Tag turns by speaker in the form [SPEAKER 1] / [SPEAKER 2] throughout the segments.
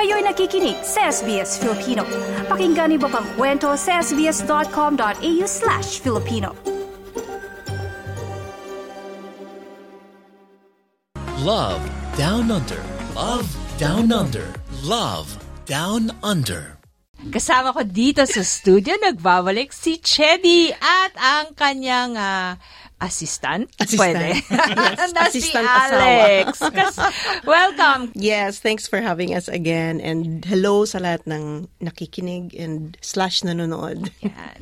[SPEAKER 1] nakikinig sa SBS Filipino. Pakinggan iba pang kwento sa sbs.com.au slash Filipino.
[SPEAKER 2] Love Down Under. Love Down Under. Love Down Under.
[SPEAKER 3] Kasama ko dito sa studio, nagbabalik si Chedi at ang kanyang ah, assistant. Pwede.
[SPEAKER 4] Assistant. Yes,
[SPEAKER 3] na si
[SPEAKER 4] assistant asawa.
[SPEAKER 3] Alex. Kas- welcome.
[SPEAKER 4] Yes, thanks for having us again and hello sa lahat ng nakikinig and slash nanonood.
[SPEAKER 3] Yan.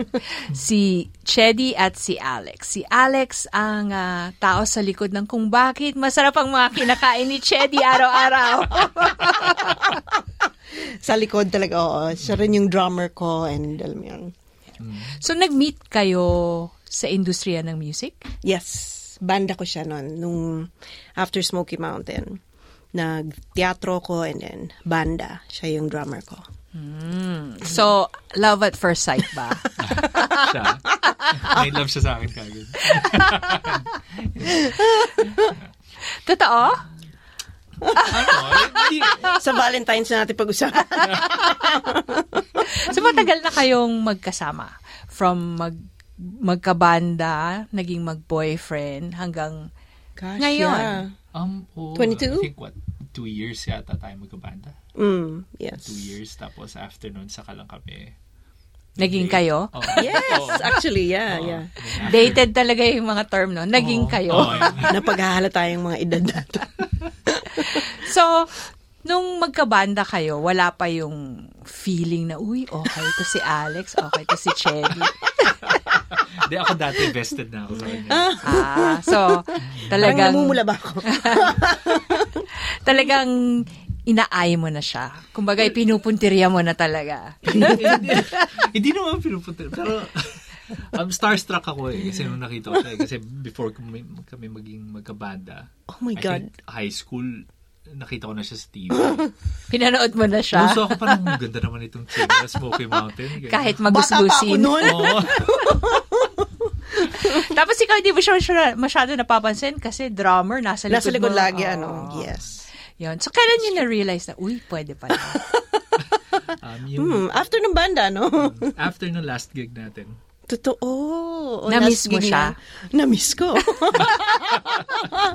[SPEAKER 3] Si Chedi at si Alex. Si Alex ang ah, tao sa likod ng kung bakit masarap ang mga kinakain ni Chedi araw-araw.
[SPEAKER 4] sa likod talaga, oo. Siya rin yung drummer ko and alam mo yun.
[SPEAKER 3] so, nag-meet kayo sa industriya ng music?
[SPEAKER 4] Yes, banda ko siya noon, nung after Smoky Mountain. Nag-teatro ko and then banda. Siya yung drummer ko.
[SPEAKER 3] So, love at first sight ba?
[SPEAKER 5] siya. May love siya sa akin kagad.
[SPEAKER 3] Totoo?
[SPEAKER 5] Ano? Hindi.
[SPEAKER 4] Sa Valentine's na natin pag-usapan.
[SPEAKER 3] So matagal na kayong magkasama from mag magkabanda, naging mag-boyfriend hanggang
[SPEAKER 4] Gosh,
[SPEAKER 3] Ngayon.
[SPEAKER 4] yeah.
[SPEAKER 5] Um, oh,
[SPEAKER 4] 22?
[SPEAKER 5] I think what, two years yata tayo magkabanda.
[SPEAKER 4] Mm, yes.
[SPEAKER 5] Two years, tapos after nun, saka lang kami.
[SPEAKER 3] naging kayo?
[SPEAKER 5] Oh,
[SPEAKER 4] Yes, actually, yeah,
[SPEAKER 5] Ah.
[SPEAKER 4] yeah.
[SPEAKER 3] Dated talaga yung mga term no. Naging kayo.
[SPEAKER 5] Oh, yun.
[SPEAKER 4] Napaghahalata yung mga edad natin.
[SPEAKER 3] So nung magkabanda kayo, wala pa yung feeling na uy, okay to si Alex, okay to si Chedi.
[SPEAKER 5] Hindi, ako dati vested na ako sa kanya.
[SPEAKER 3] Ah, so
[SPEAKER 4] Parang
[SPEAKER 3] talagang
[SPEAKER 4] namumula ba ako?
[SPEAKER 3] talagang inaay mo na siya. Kumbaga, pinupuntirya mo na talaga.
[SPEAKER 5] Hindi- Hindi naman pinupunta. Pero, um, starstruck ako eh. Kasi nung nakita ko siya eh. Kasi before kami, kami maging magkabanda.
[SPEAKER 4] Oh my
[SPEAKER 5] I
[SPEAKER 4] God. Ah.
[SPEAKER 5] think high school, nakita ko na siya sa TV.
[SPEAKER 3] Pinanood mo na siya.
[SPEAKER 5] So ako parang, "Ang ganda naman itong Chino, Smoky Mountain. Ganyan.
[SPEAKER 3] kahit
[SPEAKER 4] Bata pa ako
[SPEAKER 3] magusgusin.
[SPEAKER 4] noon.
[SPEAKER 5] Oo.
[SPEAKER 3] Tapos ikaw hindi mo siya masyado- masyado napapansin kasi drummer nasa likod
[SPEAKER 4] Nasa likod
[SPEAKER 3] mo.
[SPEAKER 4] lagi,
[SPEAKER 3] Oo.
[SPEAKER 4] ano. Yes.
[SPEAKER 3] Yun. So kailan niyo na-realize na, uy, pwede pala.
[SPEAKER 5] Um, yung,
[SPEAKER 4] Hmm, after ng banda, no?
[SPEAKER 5] After ng last gig natin,
[SPEAKER 4] Totoo. O,
[SPEAKER 3] Na-miss
[SPEAKER 4] last
[SPEAKER 3] mo
[SPEAKER 4] gig
[SPEAKER 3] siya?
[SPEAKER 4] Na, miss ko.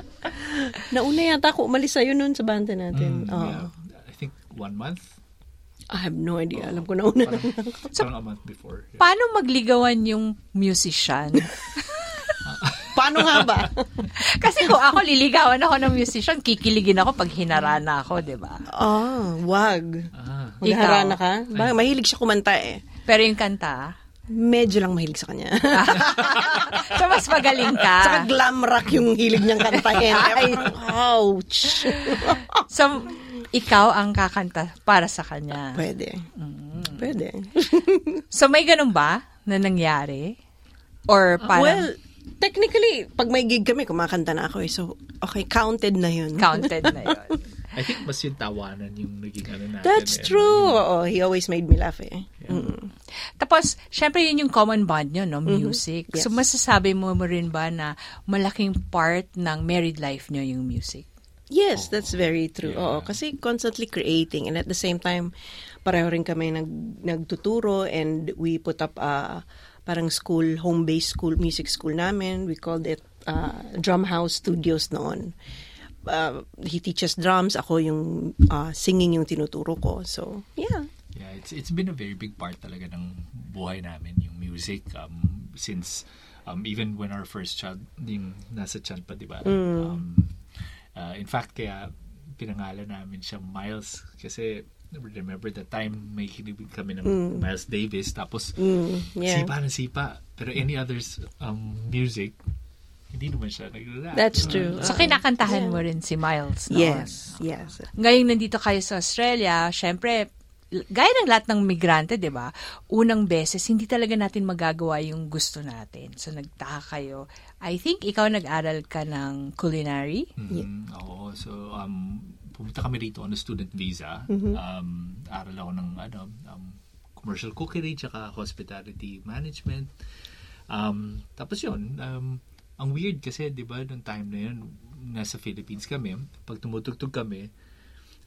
[SPEAKER 4] Nauna yata ako umalis sa'yo noon sa banda
[SPEAKER 3] Hmm,
[SPEAKER 4] natin. Oo.
[SPEAKER 5] yeah, I think one month.
[SPEAKER 4] I have no idea. Alam ko nauna.
[SPEAKER 5] Parang, parang a month before. Yeah.
[SPEAKER 3] Paano magligawan yung musician?
[SPEAKER 4] Paano nga ba?
[SPEAKER 3] Kasi kung ako liligawan ako ng musician, kikiligin ako pag hinara na ako, di ba?
[SPEAKER 4] Ah, wag.
[SPEAKER 5] Ah,
[SPEAKER 4] Magharana
[SPEAKER 3] Ikaw?
[SPEAKER 4] ka? Ba, mahilig siya kumanta eh.
[SPEAKER 3] Pero yung kanta,
[SPEAKER 4] Medyo lang mahilig sa kanya.
[SPEAKER 3] so mas magaling
[SPEAKER 4] Saka
[SPEAKER 3] Ah, ka.
[SPEAKER 4] glam rock yung hilig niyang kantahin.
[SPEAKER 3] Ay.
[SPEAKER 4] Ouch.
[SPEAKER 3] So, ikaw ang kakanta para sa kanya.
[SPEAKER 4] Pwede.
[SPEAKER 3] Mm.
[SPEAKER 4] Pwede.
[SPEAKER 3] So, may ganun ba na nangyari? Or
[SPEAKER 4] Uh, well,
[SPEAKER 3] parang
[SPEAKER 4] technically, pag may gig kami, kumakanta na ako eh. So, okay, counted na yun.
[SPEAKER 3] counted na yun?
[SPEAKER 5] I think mas yung tawanan yung naging ano natin.
[SPEAKER 4] That's
[SPEAKER 5] eh.
[SPEAKER 4] true. Oo, he always made me laugh eh.
[SPEAKER 3] Tapos, syempre yun yung common bond nyo, no? Music.
[SPEAKER 4] Mm-hmm. Yes.
[SPEAKER 3] So, masasabi mo mo rin ba na malaking part ng married life nyo yung music?
[SPEAKER 4] Yes, that's very true. Oo, kasi constantly creating and at the same time, pareho rin kami nag, nagtuturo and we put up a parang school, home-based school, music school namin. We called it uh, Drum House Studios noon. Uh, he teaches drums, ako yung uh, singing yung tinuturo ko. So, yeah.
[SPEAKER 5] Yeah, it's it's been a very big part talaga ng buhay namin yung music um since um even when our first child yung nasa chan pa, 'di ba?
[SPEAKER 4] Mm.
[SPEAKER 5] Um uh, in fact kaya pinangalan namin siya Miles kasi remember the time may hinibig kami ng Miles Davis tapos
[SPEAKER 4] Mm. yeah.
[SPEAKER 5] sipa na sipa pero any others um music hindi naman siya nag
[SPEAKER 4] That's true.
[SPEAKER 3] So, kinakantahan mo rin si Miles, no?
[SPEAKER 4] Mm. Yes, yes.
[SPEAKER 3] Ngayong nandito kayo sa Australia, syempre, l- gaya ng lahat ng migrante, di ba? Unang beses, hindi talaga natin magagawa yung gusto natin. So, nagtaka kayo. I think ikaw nag-aral ka ng culinary.
[SPEAKER 5] Mm, Oo. So, um, pumunta kami rito on a student visa.
[SPEAKER 4] Mm-hmm.
[SPEAKER 5] Um, aral ako ng ano, um, commercial cookery tsaka hospitality management. Um, tapos yun, um, ang weird kasi, di ba, nung time na yun, nasa Philippines kami, pag tumutugtog kami,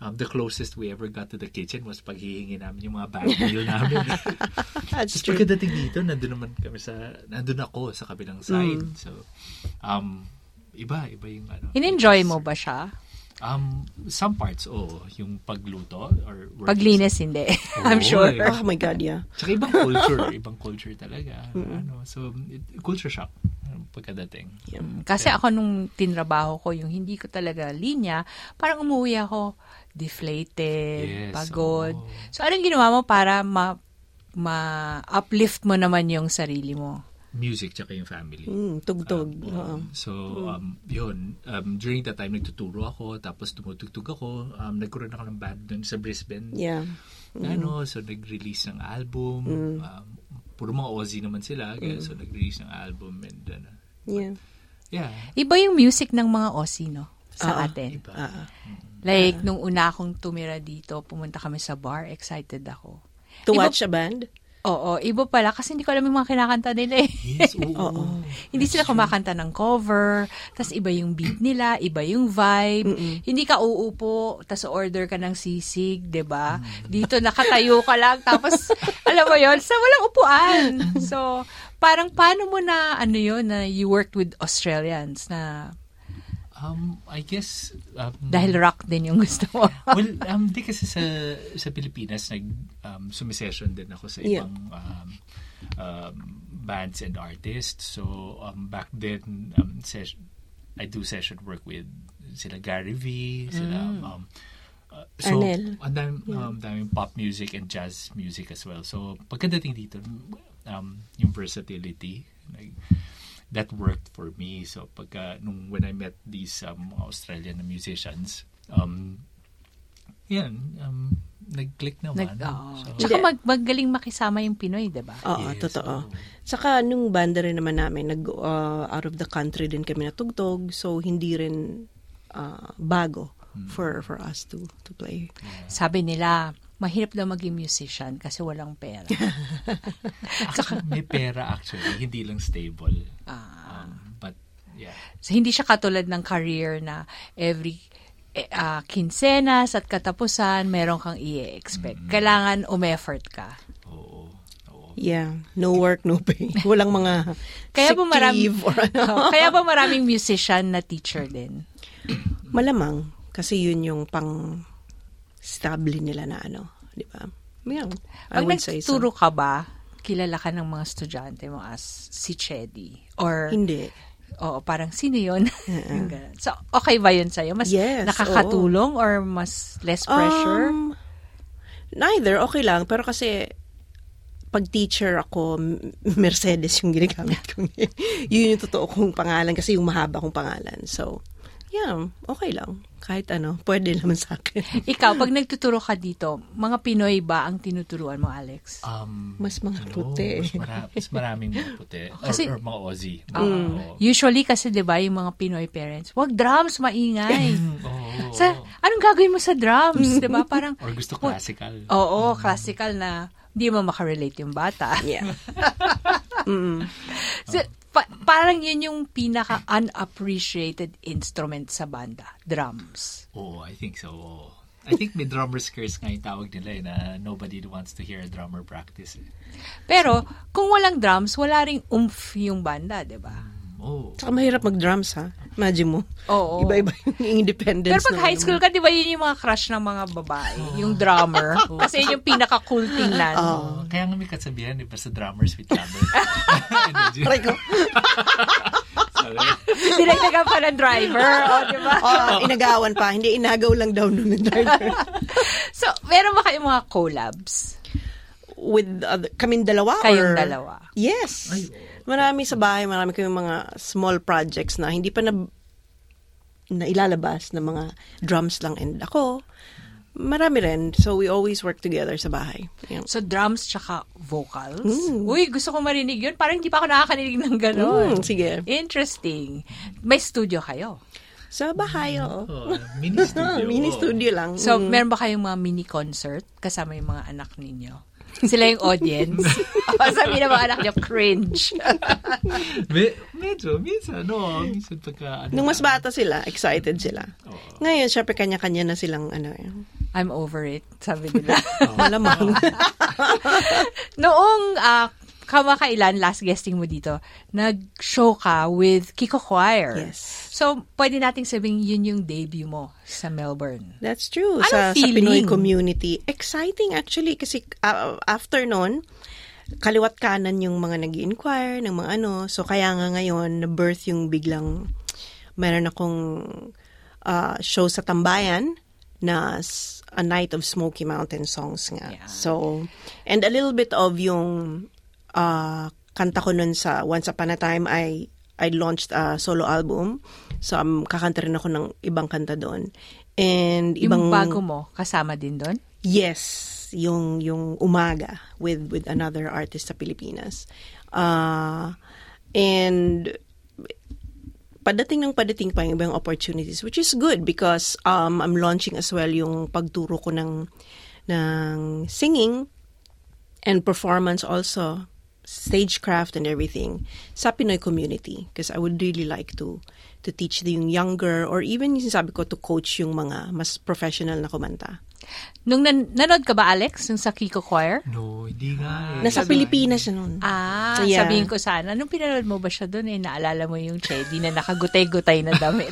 [SPEAKER 5] um, the closest we ever got to the kitchen was paghihingi namin yung mga bag meal namin.
[SPEAKER 4] That's
[SPEAKER 5] Tapos
[SPEAKER 4] true.
[SPEAKER 5] pagkadating dito, nandun naman kami sa, nandun ako sa kabilang side.
[SPEAKER 4] Mm.
[SPEAKER 5] So, um, iba, iba yung ano.
[SPEAKER 3] In-enjoy mo ba siya?
[SPEAKER 5] Um, some parts, oo. Yung pagluto or working
[SPEAKER 3] Paglinis, hindi. I'm
[SPEAKER 5] Oo,
[SPEAKER 3] sure.
[SPEAKER 5] eh.
[SPEAKER 4] Oh my God, yeah.
[SPEAKER 5] Tsaka ibang culture, ibang culture talaga. Ano, so, it- culture shock um, pagkadating.
[SPEAKER 3] Kasi ako nung tinrabaho ko, yung hindi ko talaga linya, parang umuwi ako deflated,
[SPEAKER 5] Yes,
[SPEAKER 3] pagod.
[SPEAKER 5] oo.
[SPEAKER 3] So, anong ginawa mo para ma- ma-uplift mo naman yung sarili mo?
[SPEAKER 5] Music tsaka yung family.
[SPEAKER 4] Mm, tugtog.
[SPEAKER 5] Um,
[SPEAKER 4] Oo.
[SPEAKER 5] So, um, yun. Um, during that time, nagtuturo ako. Tapos, tumutugtog ako. Um, nagkaroon ako ng band dun sa Brisbane.
[SPEAKER 4] Yeah.
[SPEAKER 5] Ano, so, nag-release ng album. Um, puro mga Aussie naman sila. Kaya, so, nag-release ng album. And, ano,
[SPEAKER 4] Yeah.
[SPEAKER 5] yeah.
[SPEAKER 3] Iba yung music ng mga Aussie, no? Sa
[SPEAKER 4] Ah,
[SPEAKER 3] atin.
[SPEAKER 5] Iba.
[SPEAKER 4] Ah, ah.
[SPEAKER 3] Like, nung una akong tumira dito, pumunta kami sa bar, excited ako.
[SPEAKER 4] to
[SPEAKER 3] Iba-
[SPEAKER 4] watch a band?
[SPEAKER 3] Oo, iba pala kasi hindi ko alam yung mga kinakanta nila eh.
[SPEAKER 5] Yes, oo.
[SPEAKER 3] Hindi sila kumakanta ng cover, tas iba yung beat nila, iba yung vibe. Hindi ka uupo, tas order ka ng sisig, 'di ba? Dito nakatayo ka lang tapos alam mo 'yon, sa walang upuan. So, parang paano mo na ano 'yon na you worked with Australians na
[SPEAKER 5] Um, I guess, um,
[SPEAKER 3] dahil rock din yung gusto mo.
[SPEAKER 5] well, um, di kasi sa, sa Pilipinas, nag, um, sumisession din ako sa
[SPEAKER 4] Yeah.
[SPEAKER 5] ibang um, um, bands and artists. So, um, back then, um, ses- I do session work with sila Gary V, sila... Um, uh, so,
[SPEAKER 4] Mm. Arnel.
[SPEAKER 5] ang dami- um, daming pop music and jazz music as well. So, pagkadating dito, um, yung versatility, like, that worked for me. So, pagka, nung, when I met these um, Australian musicians, um, yan, um, nag-click naman.
[SPEAKER 3] Nag, ah. oo.
[SPEAKER 5] Ano? So,
[SPEAKER 3] Tsaka mag, magaling makisama yung Pinoy, 'di ba?
[SPEAKER 4] Oo,
[SPEAKER 5] Yes,
[SPEAKER 4] totoo.
[SPEAKER 5] oo.
[SPEAKER 4] Saka nung banda rin naman namin, nag uh, out of the country din kami natugtog, so hindi rin uh, bago
[SPEAKER 5] Hmm.
[SPEAKER 4] for for us to to play.
[SPEAKER 3] Sabi nila, mahirap daw maging musician kasi walang pera.
[SPEAKER 5] actually, may pera actually, hindi lang stable.
[SPEAKER 3] Ah.
[SPEAKER 5] Um, but, yeah.
[SPEAKER 3] So, hindi siya katulad ng career na every eh, ah, kinsenas at katapusan, meron kang i-expect.
[SPEAKER 4] Mm.
[SPEAKER 3] Kailangan umeffort ka.
[SPEAKER 5] Oo. Oo.
[SPEAKER 4] Yeah, no work, no pay. Walang mga
[SPEAKER 3] Kaya
[SPEAKER 4] sick
[SPEAKER 3] ba marami-
[SPEAKER 4] leave or ano.
[SPEAKER 3] Oh, Kaya ba maraming musician na teacher din?
[SPEAKER 4] Malamang kasi yun yung pang stable nila na ano, di ba? Yeah, I
[SPEAKER 3] Pag
[SPEAKER 4] would say so.
[SPEAKER 3] nagtuturo ka ba, kilala ka ng mga estudyante mo as si Chedi? Or,
[SPEAKER 4] Hindi.
[SPEAKER 3] oo, parang sino yun? Yung ganun. so, okay ba yun sa'yo? Mas
[SPEAKER 4] Yes,
[SPEAKER 3] nakakatulong or mas less pressure?
[SPEAKER 4] Um, neither, okay lang. Pero kasi, pag teacher ako, M- Mercedes yung ginagamit kong yun. yun yung totoo kong pangalan kasi yung mahaba kong pangalan. So, yeah, okay lang. Kahit ano, pwede naman sa akin.
[SPEAKER 3] Ikaw, pag nagtuturo ka dito, mga Pinoy ba ang tinuturuan mo, Alex?
[SPEAKER 5] Um,
[SPEAKER 4] Mas mga
[SPEAKER 5] ano,
[SPEAKER 4] puti.
[SPEAKER 5] Mas, mara- mas maraming mga puti.
[SPEAKER 3] Kasi- Ah.
[SPEAKER 5] or, or mga Aussie. Mga, oo.
[SPEAKER 3] Usually kasi 'di ba yung mga Pinoy parents, wag drums maingay.
[SPEAKER 5] Oo.
[SPEAKER 3] sa anong gagawin mo sa drums, 'di ba? Parang
[SPEAKER 5] or gusto classical.
[SPEAKER 3] Oo, classical na hindi mo makarelate yung bata.
[SPEAKER 4] Yeah.
[SPEAKER 3] So, pa- parang yun yung pinaka unappreciated instrument sa banda, drums.
[SPEAKER 5] Oo, I think so. oo. I think may drummer's curse nga yung tawag nila eh, na nobody wants to hear a drummer practice. eh.
[SPEAKER 3] Pero kung walang drums, wala ring umph yung banda, 'di ba?
[SPEAKER 5] Oo.
[SPEAKER 4] Tsaka mahirap mag-drums, ha? Imagine mo.
[SPEAKER 3] Oo.
[SPEAKER 4] Iba-iba yung independence. ano
[SPEAKER 3] Pero pag
[SPEAKER 4] naman
[SPEAKER 3] high school ka, di ba yun yung mga crush ng mga babae? Yung drummer. Kasi yun yung pinaka-cool ano. tingnan.
[SPEAKER 5] Oo, kaya nga may kasabihan, eh, basta drummers with rubber. Energy.
[SPEAKER 4] Aray ko.
[SPEAKER 5] Sabi,
[SPEAKER 3] Dinagdagan pa ng driver. O, di ba?
[SPEAKER 4] Oh, inagawan pa. Hindi, inagaw lang daw nun ng driver.
[SPEAKER 3] So, meron ba kayong mga collabs?
[SPEAKER 4] with other, kaming dalawa
[SPEAKER 3] Kayong
[SPEAKER 4] or?
[SPEAKER 3] dalawa.
[SPEAKER 4] Yes. Marami sa bahay, marami kaming mga small projects na hindi pa na, na ilalabas na mga drums lang and ako. Marami rin. So we always work together sa bahay. Yeah.
[SPEAKER 3] So, drums tsaka vocals. Uy, gusto ko marinig yun. Parang hindi pa ako nakakarinig ng gano'n.
[SPEAKER 4] Mm, sige.
[SPEAKER 3] Interesting. May studio kayo.
[SPEAKER 4] Sa bahay, oo.
[SPEAKER 5] oo, mini studio.
[SPEAKER 4] Ah, mini
[SPEAKER 5] oo.
[SPEAKER 4] studio lang.
[SPEAKER 3] So,
[SPEAKER 4] Mm.
[SPEAKER 3] meron ba kayong mga mini concert kasama yung mga anak ninyo? Sila yung audience. o, sabi ng mga anak niyo, cringe.
[SPEAKER 5] Me- medyo, minsan, no? Minsan pagka, ano,
[SPEAKER 4] Nung mas bata sila, excited sila. Ngayon, syempre kanya-kanya na silang ano eh.
[SPEAKER 3] I'm over it, sabi nila.
[SPEAKER 4] Malamang.
[SPEAKER 3] Noong ah, kamakailan, last guesting mo dito, nag-show ka with Kiko Choir.
[SPEAKER 4] Yes.
[SPEAKER 3] So, pwede nating sabing yun yung debut mo sa Melbourne.
[SPEAKER 4] That's true.
[SPEAKER 3] Anong
[SPEAKER 4] sa, sa
[SPEAKER 3] feeling?
[SPEAKER 4] Pinoy community. Exciting actually kasi uh, after nun, kaliwat kanan yung mga nag inquire ng mga ano. So kaya nga ngayon, na-birth yung biglang meron akong uh, show sa Tambayan na s- A Night of Smoky Mountain Songs nga.
[SPEAKER 3] Yeah.
[SPEAKER 4] So, and a little bit of yung uh, kanta ko nun sa Once Upon a Time, I I launched a solo album. So, um, kakanta rin ako ng ibang kanta doon. And
[SPEAKER 3] Yung
[SPEAKER 4] ibang...
[SPEAKER 3] bago mo, kasama din doon?
[SPEAKER 4] Yes, yung yung umaga with with another artist sa Pilipinas. Uh, and padating ng padating pa yung ibang opportunities which is good because um, I'm launching as well yung pagturo ko ng ng singing and performance also stagecraft and everything sa Pinoy community because I would really like to to teach the yung younger or even yung sabi ko to coach yung mga mas professional na kumanta.
[SPEAKER 3] Nung nan- nanood ka ba, Alex, nung sa Kiko Choir?
[SPEAKER 5] No, hindi nga. eh.
[SPEAKER 4] Nasa
[SPEAKER 5] Sabi-
[SPEAKER 4] Pilipinas siya noon.
[SPEAKER 3] Ah,
[SPEAKER 4] Yeah.
[SPEAKER 3] sabihin ko sana, nung pinanood mo ba siya doon, eh, naalala mo yung Chedi na nakagutay-gutay na damit.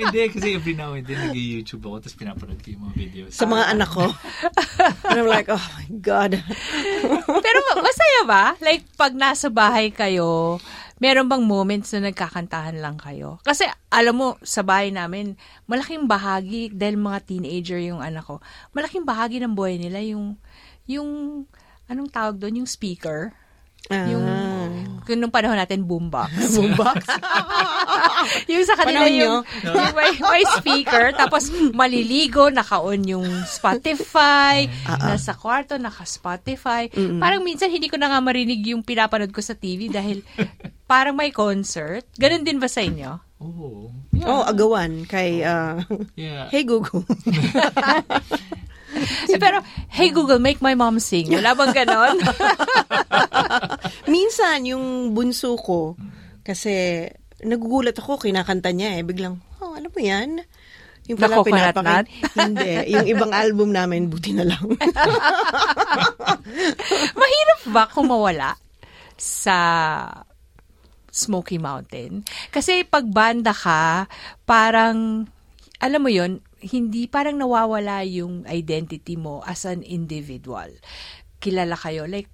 [SPEAKER 5] Hindi, kasi every now and then nag-YouTube ako tapos pinapanood ko yung mga videos.
[SPEAKER 4] sa mga anak ko. and I'm like, oh my God.
[SPEAKER 3] Pero ma- masaya ba? Like, pag nasa bahay kayo, meron bang moments na nagkakantahan lang kayo? Kasi, alam mo, sa bahay namin, malaking bahagi, dahil mga teenager yung anak ko, malaking bahagi ng buhay nila yung, yung, anong tawag doon? Yung speaker.
[SPEAKER 4] Ah.
[SPEAKER 3] Yung, kung nung panahon natin, boombox. boombox? yung sa kanila
[SPEAKER 4] Panahon
[SPEAKER 3] yung, yung may, may speaker, tapos maliligo, naka-on yung Spotify, nasa kwarto, naka-Spotify. Parang minsan hindi ko na nga marinig yung pinapanood ko sa TV dahil parang may concert. Ganun din ba sa inyo?
[SPEAKER 5] Oo.
[SPEAKER 4] oh, agawan kay
[SPEAKER 3] Oh.
[SPEAKER 4] uh,
[SPEAKER 5] Yeah.
[SPEAKER 4] Hey Google.
[SPEAKER 3] Eh, pero, hey Google, make my mom sing. Wala bang ganon?
[SPEAKER 4] Minsan, yung bunso ko, kasi nagugulat ako, kinakanta niya eh. Biglang, oh, ano po yan? Yung pala
[SPEAKER 3] Nakokonat nat?
[SPEAKER 4] pinapakin. Hindi. Yung ibang album namin, buti na lang.
[SPEAKER 3] Mahirap ba kung mawala sa Smoky Mountain? Kasi pag banda ka, parang, alam mo yon hindi parang nawawala yung identity mo as an individual. Kilala kayo. Like,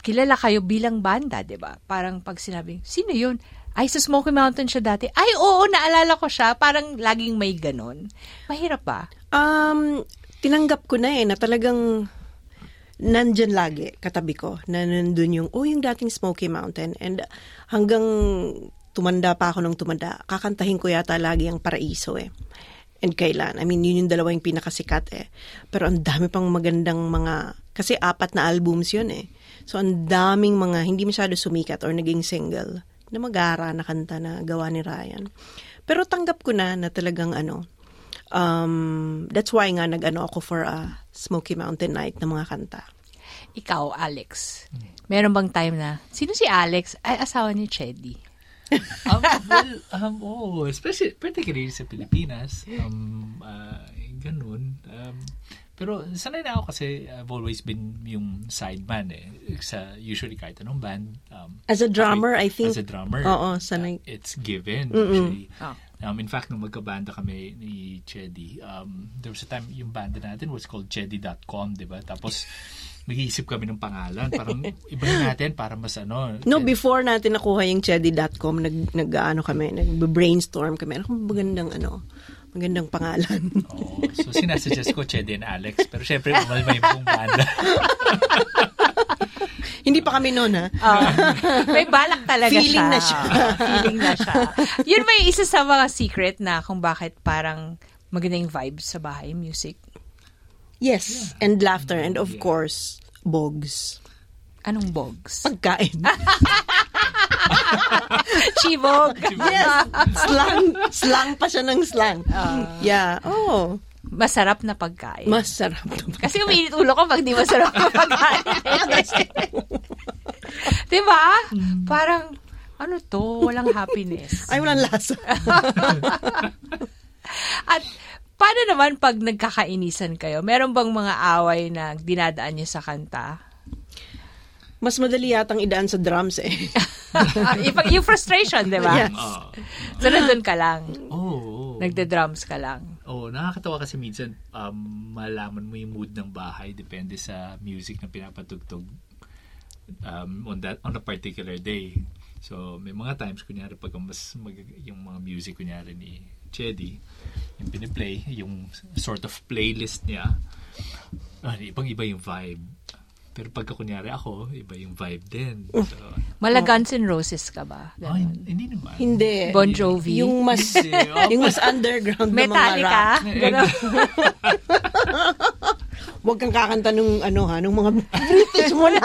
[SPEAKER 3] kilala kayo bilang banda, di ba? Parang pag sinabing, sino yun? Ay, sa Smoky Mountain siya dati. Ay, oo, naalala ko siya. Parang laging may ganon. Mahirap ba?
[SPEAKER 4] Um, tinanggap ko na eh, na talagang nandyan lagi katabi ko, na nandun yung, oh, yung dating Smoky Mountain. And hanggang tumanda pa ako ng tumanda, kakantahin ko yata lagi ang Paraiso eh. And kailan? I mean, yun yung dalawa yung pinakasikat eh. Pero ang dami pang magandang mga, kasi apat na albums yun eh. So ang daming mga hindi masyado sumikat or naging single na magara na kanta na gawa ni Ryan. Pero tanggap ko na na talagang ano, Um, that's why nga nag-ano ako for a Smoky Mountain Night ng mga kanta.
[SPEAKER 3] Ikaw, Alex, meron bang time na, sino si Alex? Ay, asawa ni Chedi.
[SPEAKER 5] um, well, um, oh, especially, particularly sa Pilipinas, um, ah, ganun. Um, pero sanay na ako kasi I've always been yung sideman eh. Sa, usually kahit anong band. Um,
[SPEAKER 4] As a drummer,
[SPEAKER 5] kahit-
[SPEAKER 4] I think-
[SPEAKER 5] As a drummer.
[SPEAKER 4] Oo, sanay.
[SPEAKER 5] uh, it's given, usually.
[SPEAKER 3] Ah.
[SPEAKER 5] Um, in fact, nung magkabanda kami ni Chedi, um, there was a time, yung banda natin was called Chedi.com, di ba? Tapos, nag-iisip kami ng pangalan. Parang, ibahin natin para mas ano.
[SPEAKER 4] No,
[SPEAKER 5] Chedi-
[SPEAKER 4] before natin nakuha yung Chedi.com, nag, nag ano kami, nag-brainstorm kami. Ano kung magandang ano, magandang pangalan.
[SPEAKER 5] Oo. So, sinasuggest ko Chedi and Alex. Pero syempre, umalma yung buong banda.
[SPEAKER 4] Hindi pa kami noon ha.
[SPEAKER 5] Uh,
[SPEAKER 3] may balak talaga
[SPEAKER 4] Feeling
[SPEAKER 3] siya.
[SPEAKER 4] na siya.
[SPEAKER 3] Feeling na siya. Yun may isa sa mga secret na kung bakit parang maganda yung vibe sa bahay, music.
[SPEAKER 4] Yes, and laughter, and of course, bogs.
[SPEAKER 3] Anong bogs?
[SPEAKER 4] Pagkain.
[SPEAKER 3] Chibog.
[SPEAKER 4] yes, slang. Slang pa siya ng slang.
[SPEAKER 5] Uh,
[SPEAKER 4] yeah, oh,
[SPEAKER 3] Masarap na pagkain.
[SPEAKER 4] masarap. naman.
[SPEAKER 3] Kasi umiinit ulo ko pag di masarap na pagkain. diba?
[SPEAKER 4] Hmm.
[SPEAKER 3] Parang, ano to? Walang happiness.
[SPEAKER 4] Ay, walang lasa.
[SPEAKER 3] At paano naman pag nagkakainisan kayo? Meron bang mga away na dinadaan niyo sa kanta?
[SPEAKER 4] Mas madali yatang idaan sa drums eh.
[SPEAKER 3] Ipag- Ah, yung frustration, diba? di ba?
[SPEAKER 4] Yes.
[SPEAKER 5] Ah.
[SPEAKER 3] So, nandun ka lang.
[SPEAKER 5] Oo. Oh,
[SPEAKER 3] Nagda-drums ka lang.
[SPEAKER 5] Oo, nakakatawa kasi minsan um, malaman mo yung mood ng bahay depende sa music na pinapatugtog um, on that on a particular day. So, may mga times kunyari pag mas mag, yung mga music kunyari ni Chedi, yung piniplay, yung sort of playlist niya, ano, ibang iba yung vibe. Pero pagka kunyari ako, iba yung vibe din. So,
[SPEAKER 3] Mala Guns N' Roses ka ba?
[SPEAKER 5] ay,
[SPEAKER 3] Ganun.
[SPEAKER 5] hindi naman.
[SPEAKER 4] Hindi.
[SPEAKER 3] Bon Jovi?
[SPEAKER 4] Yung mas
[SPEAKER 5] Hindi, oh.
[SPEAKER 4] yung mas underground na mga rock.
[SPEAKER 3] Metallica? Ganun.
[SPEAKER 4] Huwag kang kakanta nung ano ha, nung mga British mo na.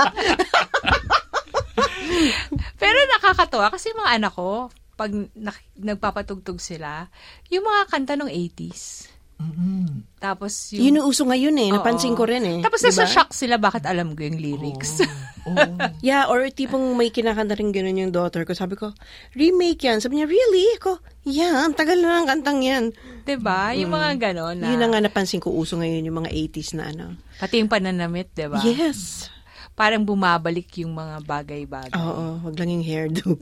[SPEAKER 3] Pero nakakatuwa kasi mga anak ko, pag nak- nagpapatugtog sila, yung mga kanta ng 80s.
[SPEAKER 5] Mm-mm.
[SPEAKER 3] Tapos yung...
[SPEAKER 4] Yun ang uso ngayon eh.
[SPEAKER 3] Oo.
[SPEAKER 4] Napansin ko rin eh.
[SPEAKER 3] Tapos
[SPEAKER 4] Diba?
[SPEAKER 3] nasa shock sila bakit alam ko yung lyrics.
[SPEAKER 5] Oo. Oo.
[SPEAKER 4] Yeah, or tipong may kinakanta rin ganun yung daughter ko. Sabi ko, remake yan. Sabi niya, really? Ako, yeah, ang tagal na ng kantang yan.
[SPEAKER 3] 'Di ba? Diba? Yung mga ganon na.
[SPEAKER 4] Mm. Yun na nga napansin ko uso ngayon yung mga 80s na ano.
[SPEAKER 3] Pati yung pananamit, 'di ba?
[SPEAKER 4] Yes.
[SPEAKER 3] Parang bumabalik yung mga bagay-bagay.
[SPEAKER 4] Oo, wag lang yung hairdo.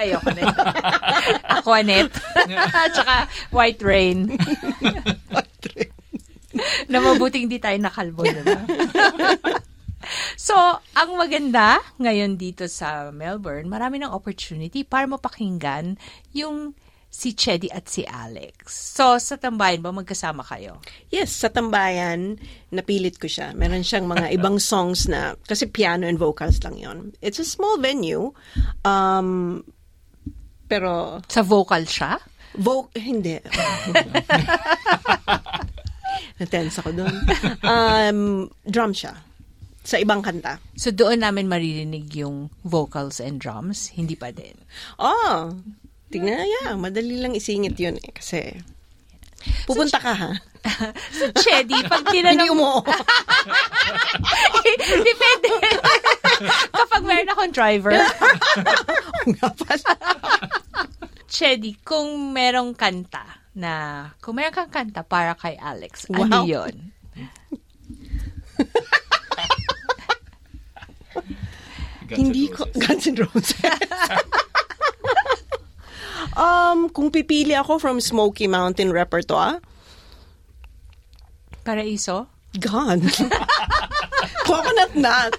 [SPEAKER 3] Ayoko na yun. Aquanet. Tsaka White Rain. na mabuting di tayo nakalbo, di ba? so, ang maganda ngayon dito sa Melbourne, marami ng opportunity para mapakinggan yung si Chedi at si Alex. So, sa tambayan ba magkasama kayo?
[SPEAKER 4] Yes, sa tambayan, napilit ko siya. Meron siyang mga ibang songs na, kasi piano and vocals lang yon. It's a small venue, um, pero
[SPEAKER 3] Sa vocal siya?
[SPEAKER 4] Vogue, hindi. Natense ako doon. Um, drum siya. Sa ibang kanta.
[SPEAKER 3] So, doon namin maririnig yung vocals and drums. Hindi pa din.
[SPEAKER 4] Oh, tingnan, yeah, madali lang isingit yun eh. Kasi, pupunta ka ha.
[SPEAKER 3] So, Chedi, pag tinanong
[SPEAKER 4] Hindi umuo.
[SPEAKER 3] Depende. Kapag meron akong driver. Chedi, kung merong kanta na, kung meron kang kanta para kay Alex, ano
[SPEAKER 4] Wow.
[SPEAKER 3] yun?
[SPEAKER 5] Guns N'
[SPEAKER 4] Hindi ko,
[SPEAKER 5] Roses.
[SPEAKER 4] Guns N' Roses. um, kung pipili ako from Smoky Mountain repertoire,
[SPEAKER 3] Paraiso?
[SPEAKER 4] God. Coconut nut.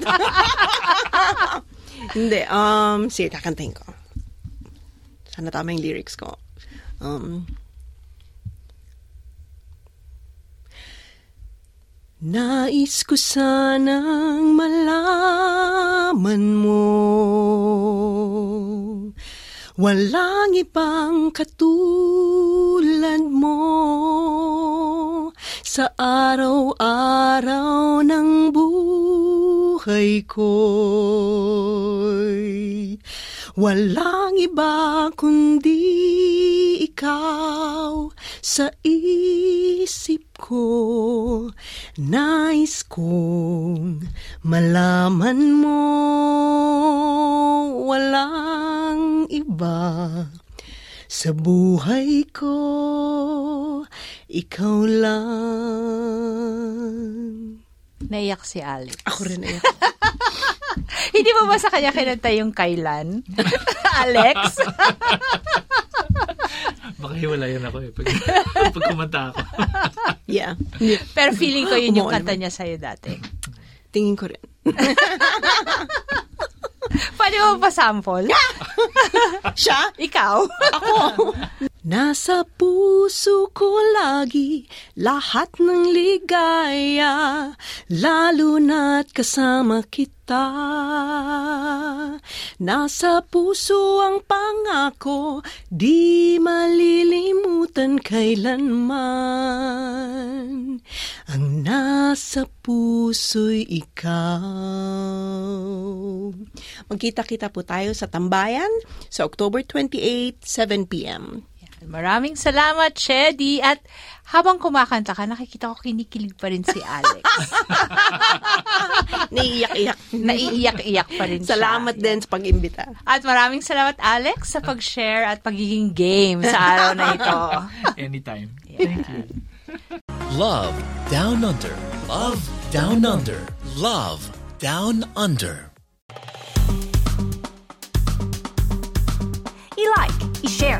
[SPEAKER 4] Hindi. Um, sige, kakantahin ko. Sana tama yung lyrics ko. Um, Nais ko sanang malaman mo Walang ibang katulad mo Sa araw-araw ng buhay ko'y Walang iba kundi ikaw sa isip ko. Nais kong malaman mo walang iba sa buhay ko. Ikaw lang.
[SPEAKER 3] Naiyak si Alex.
[SPEAKER 4] Ako rin eh.
[SPEAKER 3] Hindi mo ba sa kanya kinanta yung kailan? Alex?
[SPEAKER 5] Baka hiwalayan ako eh. Pag, pag kumanta ako.
[SPEAKER 4] Yeah.
[SPEAKER 3] Pero feeling ko yun yung
[SPEAKER 4] Umuulan.
[SPEAKER 3] kanta niya sa'yo dati.
[SPEAKER 4] Tingin ko rin.
[SPEAKER 3] Pwede mo pa sample?
[SPEAKER 4] Siya?
[SPEAKER 3] Ikaw?
[SPEAKER 4] Nasa puso ko lagi lahat ng ligaya, lalo na't kasama kita. Nasa puso ang pangako, di malilimutan kailanman. Ang nasa puso'y ikaw. Magkita-kita po tayo sa Tambayan sa October 28, 7pm.
[SPEAKER 3] Yan. Maraming salamat, Chedi. At habang kumakanta ka, nakikita ko kinikilig pa rin si Alex.
[SPEAKER 4] Naiiyak-iyak.
[SPEAKER 3] Naiiyak-iyak pa rin siya.
[SPEAKER 4] Salamat din sa pag-imbita.
[SPEAKER 3] At maraming salamat, Alex, sa pag-share at pagiging game sa araw na ito.
[SPEAKER 5] Anytime.
[SPEAKER 3] Yeah.
[SPEAKER 2] Love Down Under. Love Down Under. Love Down Under.
[SPEAKER 1] I-like, i-share,